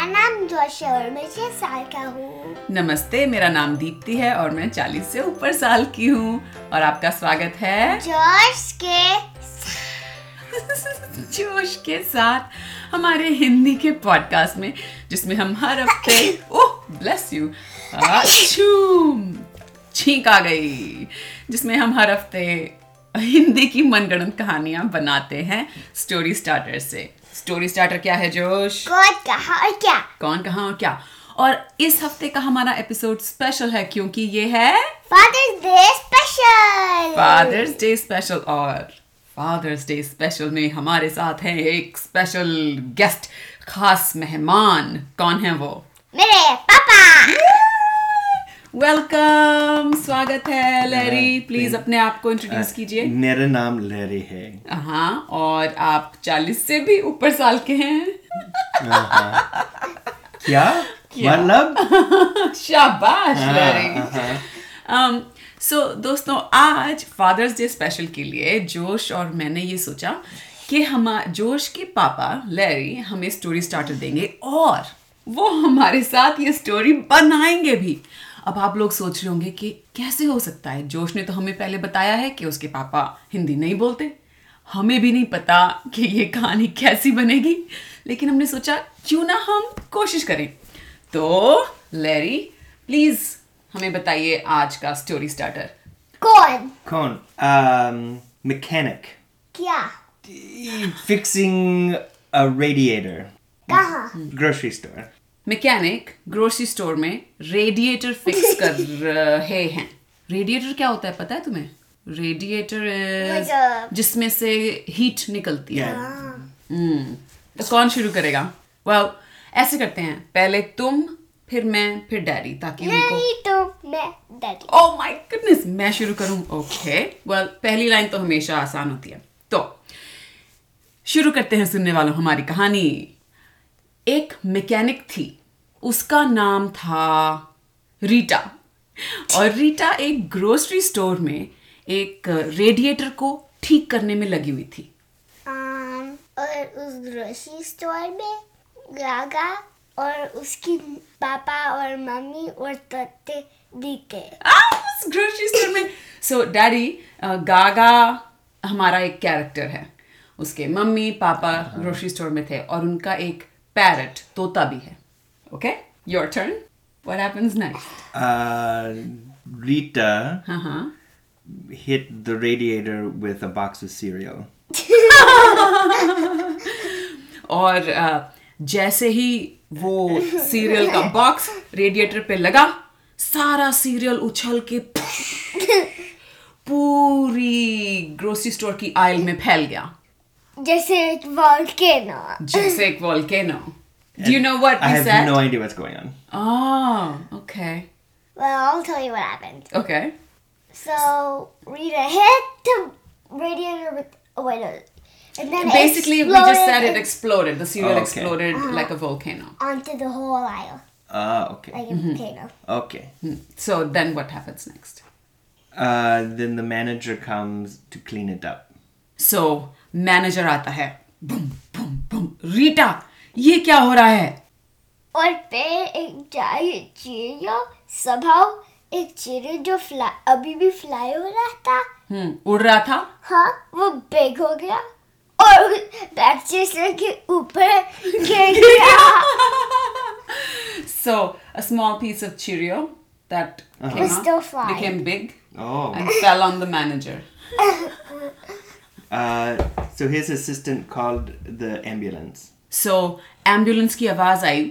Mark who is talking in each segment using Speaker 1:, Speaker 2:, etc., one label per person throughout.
Speaker 1: और शहर में छह साल का हूँ
Speaker 2: नमस्ते मेरा नाम दीप्ति है और मैं 40 से ऊपर साल की हूँ और आपका स्वागत है
Speaker 1: जोश के
Speaker 2: जोश के साथ हमारे हिंदी के पॉडकास्ट में जिसमें हम हर हफ्ते ओह ब्लेस यू छींक आ गई जिसमें हम हर हफ्ते हिंदी की मनगढ़ंत कहानियां बनाते हैं स्टोरी स्टार्टर से स्टोरी स्टार्टर क्या है जोश
Speaker 1: कौन कहा और क्या
Speaker 2: कौन कहा और क्या और इस हफ्ते का हमारा एपिसोड स्पेशल है क्योंकि ये है
Speaker 1: father's day special
Speaker 2: father's day special और फादर्स डे स्पेशल में हमारे साथ हैं एक स्पेशल गेस्ट खास मेहमान कौन है वो
Speaker 1: मेरे पापा
Speaker 2: वेलकम स्वागत है लहरी प्लीज अपने आप को इंट्रोड्यूस कीजिए
Speaker 3: मेरा नाम लहरी है
Speaker 2: हाँ और आप 40 से भी ऊपर साल के हैं
Speaker 3: क्या मतलब
Speaker 2: शाबाश लहरी um, सो दोस्तों आज फादर्स डे स्पेशल के लिए जोश और मैंने ये सोचा कि हम जोश के पापा लैरी हमें स्टोरी स्टार्टर देंगे और वो हमारे साथ ये स्टोरी बनाएंगे भी अब आप लोग सोच रहे होंगे कि कैसे हो सकता है जोश ने तो हमें पहले बताया है कि उसके पापा हिंदी नहीं बोलते हमें भी नहीं पता कि ये कहानी कैसी बनेगी लेकिन हमने सोचा क्यों ना हम कोशिश करें तो लैरी प्लीज हमें बताइए आज का स्टोरी स्टार्टर
Speaker 1: कौन
Speaker 3: कौन um, mechanic
Speaker 1: क्या
Speaker 3: fixing a radiator
Speaker 1: कहा
Speaker 3: grocery store
Speaker 2: mechanic grocery store में रेडिएटर फिक्स कर रहे हैं रेडिएटर क्या होता है पता है तुम्हें
Speaker 1: वो जो-
Speaker 2: रेडिएटर जिसमें से हीट निकलती है
Speaker 3: yeah
Speaker 2: हम्म, तो कौन शुरू करेगा वेल ऐसे करते हैं पहले तुम फिर मैं फिर डैडी ताकि उनको
Speaker 1: नहीं तो मैं daddy
Speaker 2: oh my goodness Oh मैं शुरू करूं ओके वेल पहली लाइन तो हमेशा आसान होती है तो शुरू करते हैं सुनने वालों हमारी कहानी एक मैकेनिक थी उसका नाम था रीटा और रीटा एक ग्रोसरी स्टोर में एक रेडिएटर को ठीक करने में लगी हुई थी
Speaker 1: आम, और उस ग्रोसरी स्टोर में गागा और उसकी पापा और मम्मी और तत्ते दिखे
Speaker 2: ग्रोसरी स्टोर में सो डैडी गागा हमारा एक कैरेक्टर है उसके मम्मी पापा ग्रोसरी स्टोर में थे और उनका एक पैरट तोता भी है okay your turn what happens next
Speaker 3: uh, Rita
Speaker 2: हाँ हाँ
Speaker 3: hit the radiator with a box of cereal
Speaker 2: और uh, जैसे ही वो सीरियल का बॉक्स रेडिएटर पे लगा सारा सीरियल उछल के पूरी ग्रोसरी स्टोर की आयल में फैल गया
Speaker 1: जैसे एक volcano
Speaker 2: just like volcano. Do you know what
Speaker 3: I
Speaker 2: we
Speaker 3: have
Speaker 2: said?
Speaker 3: no idea what's going on
Speaker 2: oh, okay,
Speaker 1: Well, I'll tell you what happened.
Speaker 2: okay.
Speaker 1: So Rita hit the radiator with oh wait no, and then it
Speaker 2: Basically, we just
Speaker 1: exploded
Speaker 2: said it
Speaker 1: in-
Speaker 2: exploded. The cereal
Speaker 3: Oh, okay.
Speaker 2: exploded
Speaker 1: Ah.
Speaker 2: like a volcano.
Speaker 1: onto the whole aisle
Speaker 3: ah okay
Speaker 1: like a
Speaker 2: Mm-hmm.
Speaker 1: volcano.
Speaker 3: okay
Speaker 2: So then, what happens next?
Speaker 3: uh, then the manager comes to clean it up
Speaker 2: So manager आता है. Boom, boom, boom. Rita, ये क्या हो रहा है?
Speaker 1: और फिर एक giant चिड़िया somehow एक चिड़िया जो fly अभी भी fly हो रहा था
Speaker 2: हम्म, Hmm, उड़ रहा था.
Speaker 1: हाँ वो big हो गया और बैक स्टेशन के ऊपर गिर गया
Speaker 2: So a small piece of Cheerio that
Speaker 3: Uh-huh.
Speaker 2: came
Speaker 1: Was
Speaker 2: out
Speaker 1: still flying.
Speaker 2: became big
Speaker 3: oh
Speaker 2: and fell on the manager.
Speaker 3: uh, so his assistant called the ambulance
Speaker 2: so ambulance की आवाज आई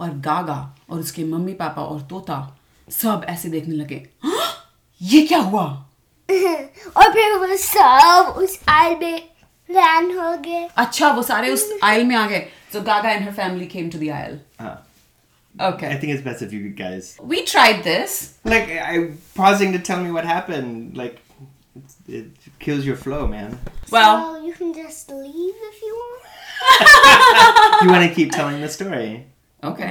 Speaker 2: और गागा और उसके मम्मी पापा और तोता सब ऐसे देखने लगे "हाँ! ये क्या हुआ
Speaker 1: और फिर वो सब उस आल में लैंड हो गए
Speaker 2: अच्छा वो सारे उस आयल में आ गए so Gaga and her family came to the aisle
Speaker 3: uh,
Speaker 2: okay
Speaker 3: I think it's best if you guys
Speaker 2: we tried this
Speaker 3: Like I I'm pausing to tell me what happened. Like it's, it kills your flow, man.
Speaker 2: Well
Speaker 1: So you can just leave if you want.
Speaker 3: You want to keep telling the story.
Speaker 2: Okay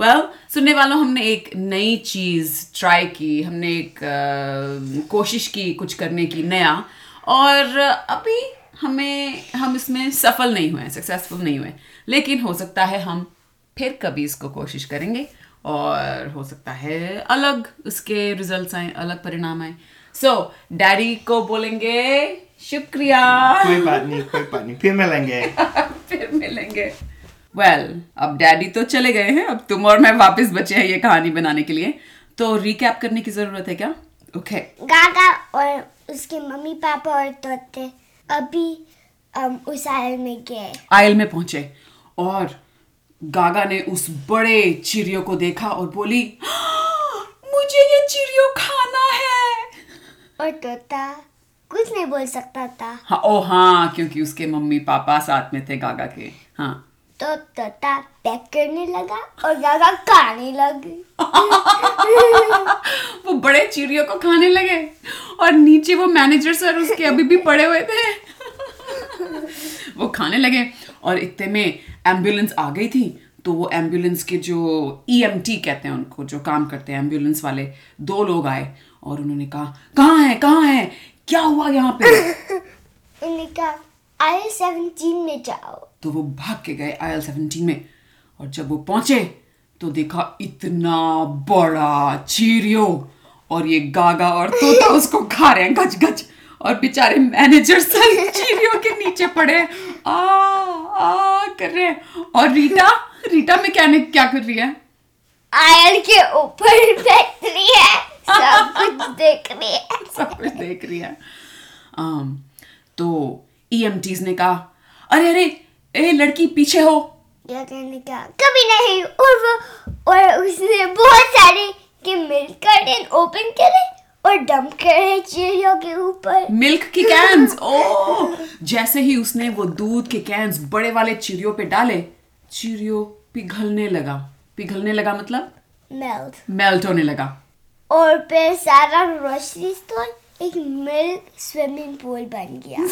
Speaker 2: well सुनने वालों हमने एक नई चीज try की हमने एक अ, कोशिश की कुछ करने की नया और अभी हमें हम इसमें सफल नहीं हुए सक्सेसफुल नहीं हुए लेकिन हो सकता है हम फिर कभी इसको कोशिश करेंगे और हो सकता है अलग उसके रिजल्ट्स आए अलग परिणाम आए सो डैडी को बोलेंगे शुक्रिया
Speaker 3: कोई बात नहीं कोई बात नहीं फिर मिलेंगे
Speaker 2: फिर मिलेंगे वेल well, अब डैडी तो चले गए हैं अब तुम और मैं वापस बचे हैं ये कहानी बनाने के लिए तो रिकैप करने की जरूरत है क्या ओके okay.
Speaker 1: गागा और उसके मम्मी पापा और तोते अभी अम, उस आयल में गए
Speaker 2: आयल में पहुंचे और गागा ने उस बड़े चिड़ियों को देखा और बोली "हाँ, मुझे ये चिड़ियों खाना है
Speaker 1: और तोता कुछ नहीं बोल सकता था
Speaker 2: हाँ ओ हाँ क्योंकि उसके मम्मी पापा साथ में थे गागा के हाँ
Speaker 1: तो तोता पैक करने लगा और गागा खाने लगी
Speaker 2: वो बड़े चिड़ियों को खाने लगे और नीचे वो मैनेजर सर उसके अभी भी पड़े हुए थे वो खाने लगे और इतने में एम्बुलेंस आ गई थी तो वो एम्बुलेंस के जो ई कहते हैं उनको जो काम करते हैं एम्बुलेंस वाले दो लोग आए और उन्होंने कहा कहाँ है कहाँ है क्या हुआ यहाँ पे
Speaker 1: उन्होंने कहा आयल सेवनटीन में जाओ
Speaker 2: तो वो भाग के गए आयल सेवनटीन में और जब वो पहुंचे तो देखा इतना बड़ा चीरियो और ये गागा और तोता उसको खा रहे हैं गच गच और बेचारे मैनेजर सर चीरियो के नीचे पड़े हैं। आ आ कर रहे हैं। और रीटा रीटा मैकेनिक क्या कर रही है
Speaker 1: आयल के ऊपर बैठ रही है सब कुछ देख रही है
Speaker 2: सब कुछ देख रही है um, तो ई ने कहा अरे अरे ए लड़की पीछे हो
Speaker 1: यह कहने का कभी नहीं और वो और उसने बहुत सारे के मिल्क कार्टन ओपन करे और डंप करे चिड़ियों के ऊपर
Speaker 2: मिल्क की कैंस ओ Oh! जैसे ही उसने वो दूध के कैंस बड़े वाले चिड़ियों पे डाले चिड़ियो पिघलने लगा पिघलने लगा मतलब
Speaker 1: मेल्ट
Speaker 2: मेल्ट होने लगा
Speaker 1: और फिर सारा रोशनी स्टोर एक मिल्क स्विमिंग पूल बन गया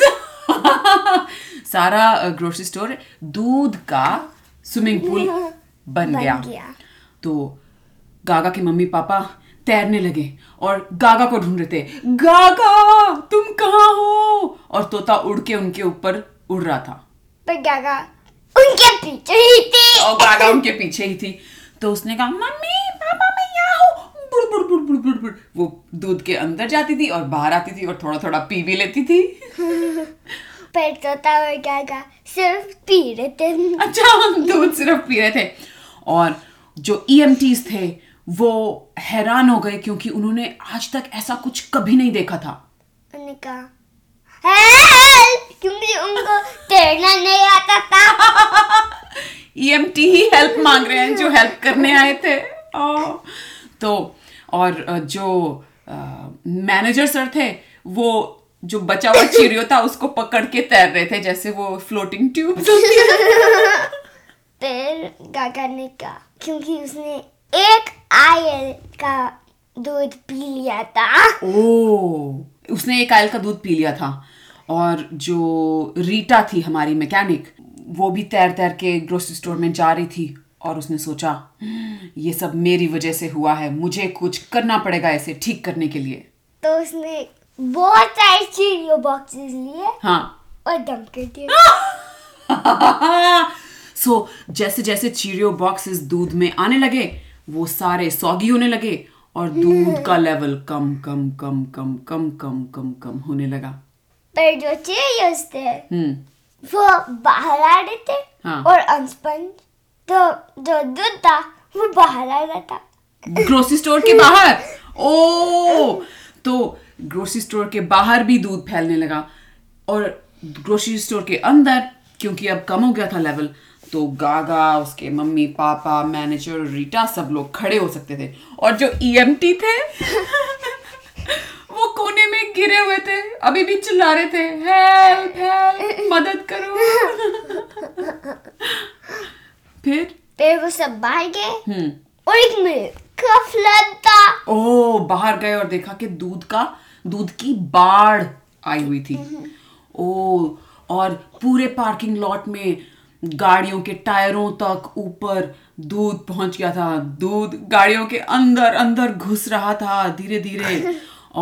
Speaker 2: सारा ग्रोसरी स्टोर दूध का स्विमिंग पूल बन
Speaker 1: बन
Speaker 2: गया
Speaker 1: गया।
Speaker 2: तो गागा के मम्मी पापा तैरने लगे और गागा को ढूंढ रहे थे गागा तुम कहाँ हो और तोता उड़ के उनके ऊपर उड़ रहा था
Speaker 1: पर गागा उनके पीछे ही थी
Speaker 2: और गागा उनके पीछे ही थी तो उसने कहा मम्मी पापा मैं यहाँ हूँ बुड़ बुड़ बुड़ बुड़ बुड़ बुड़ वो दूध के अंदर जाती थी और बाहर आती थी और थोड़ा थोड़ा पी भी लेती थी
Speaker 1: पर तोता और गागा सिर्फ पी रहे थे
Speaker 2: अच्छा हम दूध सिर्फ पी रहे थे और जो ई थे वो हैरान हो गए क्योंकि उन्होंने आज तक ऐसा कुछ कभी नहीं देखा था
Speaker 1: उन्होंने कहा हेल्प क्योंकि उनको तैरना नहीं आता था
Speaker 2: ई E ही हेल्प मांग रहे हैं जो हेल्प करने आए थे ओह, तो और अ, जो मैनेजर सर थे वो जो बचा हुआ चिड़ियो था उसको पकड़ के तैर रहे थे जैसे वो फ्लोटिंग ट्यूब
Speaker 1: फिर गागा ने कहा क्योंकि उसने एक आयल का दूध पी लिया था
Speaker 2: ओ उसने एक आयल का दूध पी लिया था और जो रीटा थी हमारी मैकेनिक वो भी तैर तैर के ग्रोसरी स्टोर में जा रही थी और उसने सोचा "हम्म, ये सब मेरी वजह से हुआ है मुझे कुछ करना पड़ेगा इसे ठीक करने के लिए
Speaker 1: तो उसने बहुत सारे चीरियो बॉक्सेस लिए
Speaker 2: हाँ
Speaker 1: और दम कर दिया
Speaker 2: सो जैसे जैसे चीरियो बॉक्सेस दूध में आने लगे वो सारे सौगी होने लगे और दूध का लेवल कम कम कम कम कम कम कम कम होने लगा
Speaker 1: पर जो चीरियोस थे
Speaker 2: हम्म
Speaker 1: वो बाहर आ रहे थे
Speaker 2: हाँ।
Speaker 1: और अनस्पंज तो जो दूध था वो बाहर आ रहा था
Speaker 2: ग्रोसरी स्टोर के बाहर ओ तो ग्रोसरी स्टोर के बाहर भी दूध फैलने लगा और ग्रोसरी स्टोर के अंदर क्योंकि अब कम हो गया था लेवल तो गागा उसके मम्मी पापा मैनेजर रीटा सब लोग खड़े हो सकते थे और जो ईएमटी थे वो कोने में गिरे हुए थे अभी भी चिल्ला रहे थे हेल्प हेल्प मदद करो फिर
Speaker 1: फिर वो सब बाहर गए
Speaker 2: हम्म
Speaker 1: और एक मिल्क का फ्लड था
Speaker 2: ओ बाहर गए और देखा कि दूध का दूध की बाढ़ आई हुई थी ओ और पूरे पार्किंग लॉट में गाड़ियों के टायरों तक ऊपर दूध पहुंच गया था दूध गाड़ियों के अंदर अंदर घुस रहा था धीरे धीरे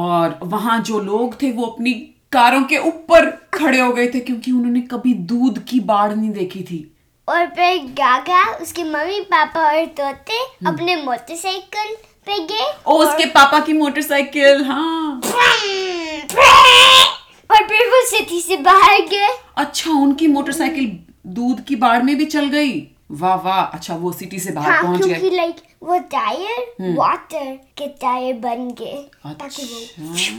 Speaker 2: और वहां जो लोग थे वो अपनी कारों के ऊपर खड़े हो गए थे क्योंकि उन्होंने कभी दूध की बाढ़ नहीं देखी थी
Speaker 1: और फिर गागा उसके मम्मी पापा और तोते
Speaker 2: हम्म।
Speaker 1: अपने मोटरसाइकिल पे गए
Speaker 2: ओ उसके पापा की मोटरसाइकिल हाँ
Speaker 1: और फिर वो सिटी से बाहर गए
Speaker 2: अच्छा उनकी मोटरसाइकिल दूध की बाढ़ में भी चल गई वाह वाह अच्छा वो सिटी से बाहर
Speaker 1: हाँ
Speaker 2: पहुंच
Speaker 1: क्योंकि
Speaker 2: गए हम्म।
Speaker 1: लाइक वो टायर वाटर के टायर बन गए ताकि वो
Speaker 2: अच्छा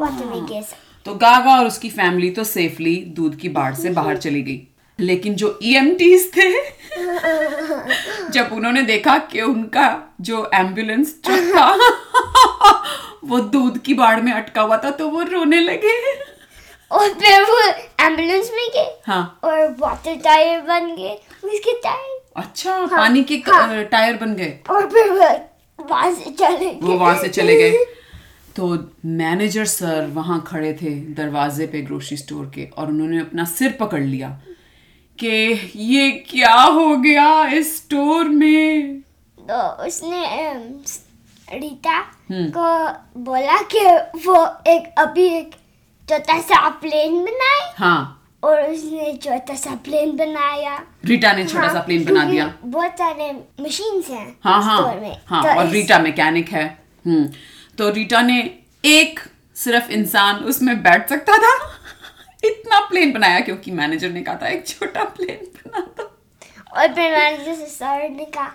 Speaker 1: वाटर में गिर सके
Speaker 2: तो गागा और उसकी फैमिली तो सेफली दूध की बाढ़ से बाहर चली गई लेकिन जो ई थे जब उन्होंने देखा कि उनका जो एम्बुलेंस ट्रक था वो दूध की बाढ़ में अटका हुआ था तो वो रोने लगे
Speaker 1: और फिर वो एम्बुलेंस में गए
Speaker 2: हाँ
Speaker 1: और वाटर टायर बन गए उसके टायर
Speaker 2: अच्छा पानी के क-
Speaker 1: हाँ।
Speaker 2: टायर बन गए
Speaker 1: और फिर वो वहां से चले गए
Speaker 2: वो वहां से चले गए तो मैनेजर सर वहां खड़े थे दरवाजे पे ग्रोसरी स्टोर के और उन्होंने अपना सिर पकड़ लिया कि ये क्या हो गया इस स्टोर में
Speaker 1: तो उसने अम, रीता
Speaker 2: हम्म।
Speaker 1: को बोला कि वो एक अभी एक छोटा सा प्लेन बनाए
Speaker 2: हाँ
Speaker 1: और उसने छोटा सा प्लेन बनाया
Speaker 2: रीटा ने छोटा सा
Speaker 1: हाँ,
Speaker 2: प्लेन बना
Speaker 1: क्योंकि
Speaker 2: दिया
Speaker 1: बहुत सारे मशीन्स हैं
Speaker 2: हाँ
Speaker 1: स्टोर
Speaker 2: हाँ
Speaker 1: में
Speaker 2: हाँ
Speaker 1: तो
Speaker 2: और
Speaker 1: इस-
Speaker 2: रीटा मैकेनिक है हम्म तो रीटा ने एक सिर्फ इंसान उसमें बैठ सकता था इतना प्लेन बनाया क्योंकि मैनेजर ने कहा था एक छोटा प्लेन बना दो
Speaker 1: और फिर मैनेजर से सर ने कहा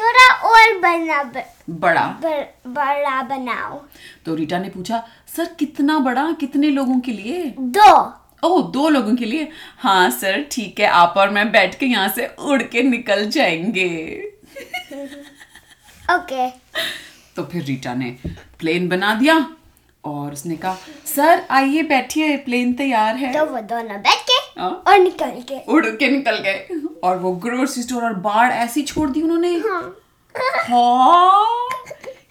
Speaker 1: थोड़ा और बना ब-
Speaker 2: बड़ा
Speaker 1: ब- बड़ा बनाओ
Speaker 2: तो रीटा ने पूछा सर कितना बड़ा कितने लोगों के लिए
Speaker 1: दो
Speaker 2: ओह दो लोगों के लिए हाँ सर ठीक है आप और मैं बैठ के यहाँ से उड़ के निकल जाएंगे
Speaker 1: ओके
Speaker 2: तो फिर रीटा ने प्लेन बना दिया और उसने कहा सर आइए बैठिए प्लेन तैयार है
Speaker 1: तो वो दोनों बैठ के
Speaker 2: हाँ।
Speaker 1: और निकल गए
Speaker 2: उड़ के निकल गए और वो ग्रोसरी स्टोर और बाढ़ ऐसी छोड़ दी उन्होंने
Speaker 1: हाँ।
Speaker 2: हाँ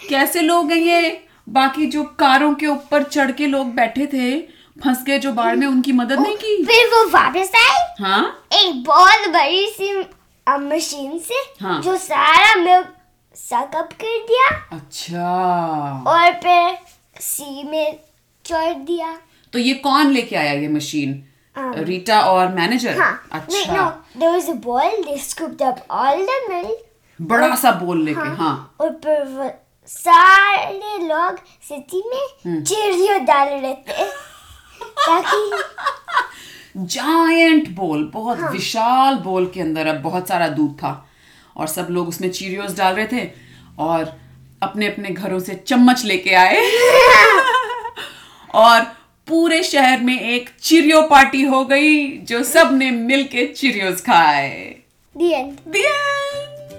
Speaker 2: कैसे लोग हैं ये बाकी जो कारों के ऊपर चढ़ के लोग बैठे थे फंस गए जो बाढ़ में उनकी मदद नहीं की
Speaker 1: फिर वो वापस आए
Speaker 2: हाँ
Speaker 1: एक बहुत बड़ी सी अ, मशीन से
Speaker 2: हाँ।
Speaker 1: जो सारा मिल्क सकअप कर दिया
Speaker 2: अच्छा
Speaker 1: और फिर सी में छोड़ दिया
Speaker 2: तो ये कौन लेके आया ये मशीन रीटा और मैनेजर
Speaker 1: Um, हाँ नहीं नो
Speaker 2: अच्छा
Speaker 1: there was a bowl they scooped up all the milk
Speaker 2: बड़ा सा बोल लेके हाँ
Speaker 1: और फिर वो सारे लोग सिटी
Speaker 2: हम्म।
Speaker 1: में चिड़ियों डाल रहे थे ताकि
Speaker 2: जायंट बोल बहुत
Speaker 1: हाँ।
Speaker 2: विशाल बोल के अंदर अब बहुत सारा दूध था और सब लोग उसमें चीरियोस डाल रहे थे और अपने अपने घरों से चम्मच लेके आए और पूरे शहर में एक चिरियो पार्टी हो गई जो सब ने मिल के चिरियोस खाए
Speaker 1: the end
Speaker 2: the end.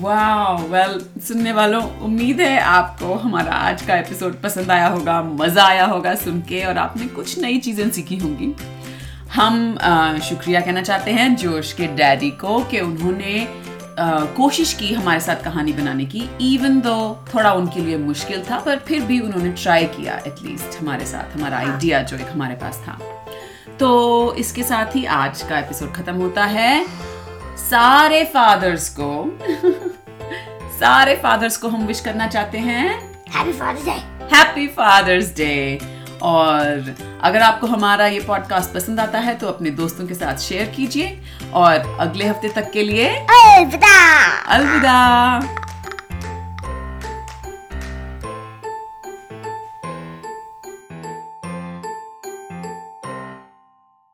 Speaker 2: वाह वेल सुनने वालों उम्मीद है आपको हमारा आज का एपिसोड पसंद आया होगा मज़ा आया होगा सुन के और आपने कुछ नई चीज़ें सीखी होंगी हम अ, शुक्रिया कहना चाहते हैं जोश के डैडी को कि उन्होंने अ, कोशिश की हमारे साथ कहानी बनाने की इवन दो थोड़ा उनके लिए मुश्किल था पर फिर भी उन्होंने ट्राई किया एटलीस्ट हमारे साथ हमारा आइडिया जो एक हमारे पास था तो इसके साथ ही आज का एपिसोड ख़त्म होता है सारे फादर्स को सारे फादर्स को हम विश करना चाहते हैं
Speaker 1: happy father's day
Speaker 2: happy father's day और अगर आपको हमारा ये पॉडकास्ट पसंद आता है तो अपने दोस्तों के साथ शेयर कीजिए और अगले हफ्ते तक के लिए
Speaker 1: अलविदा
Speaker 2: अलविदा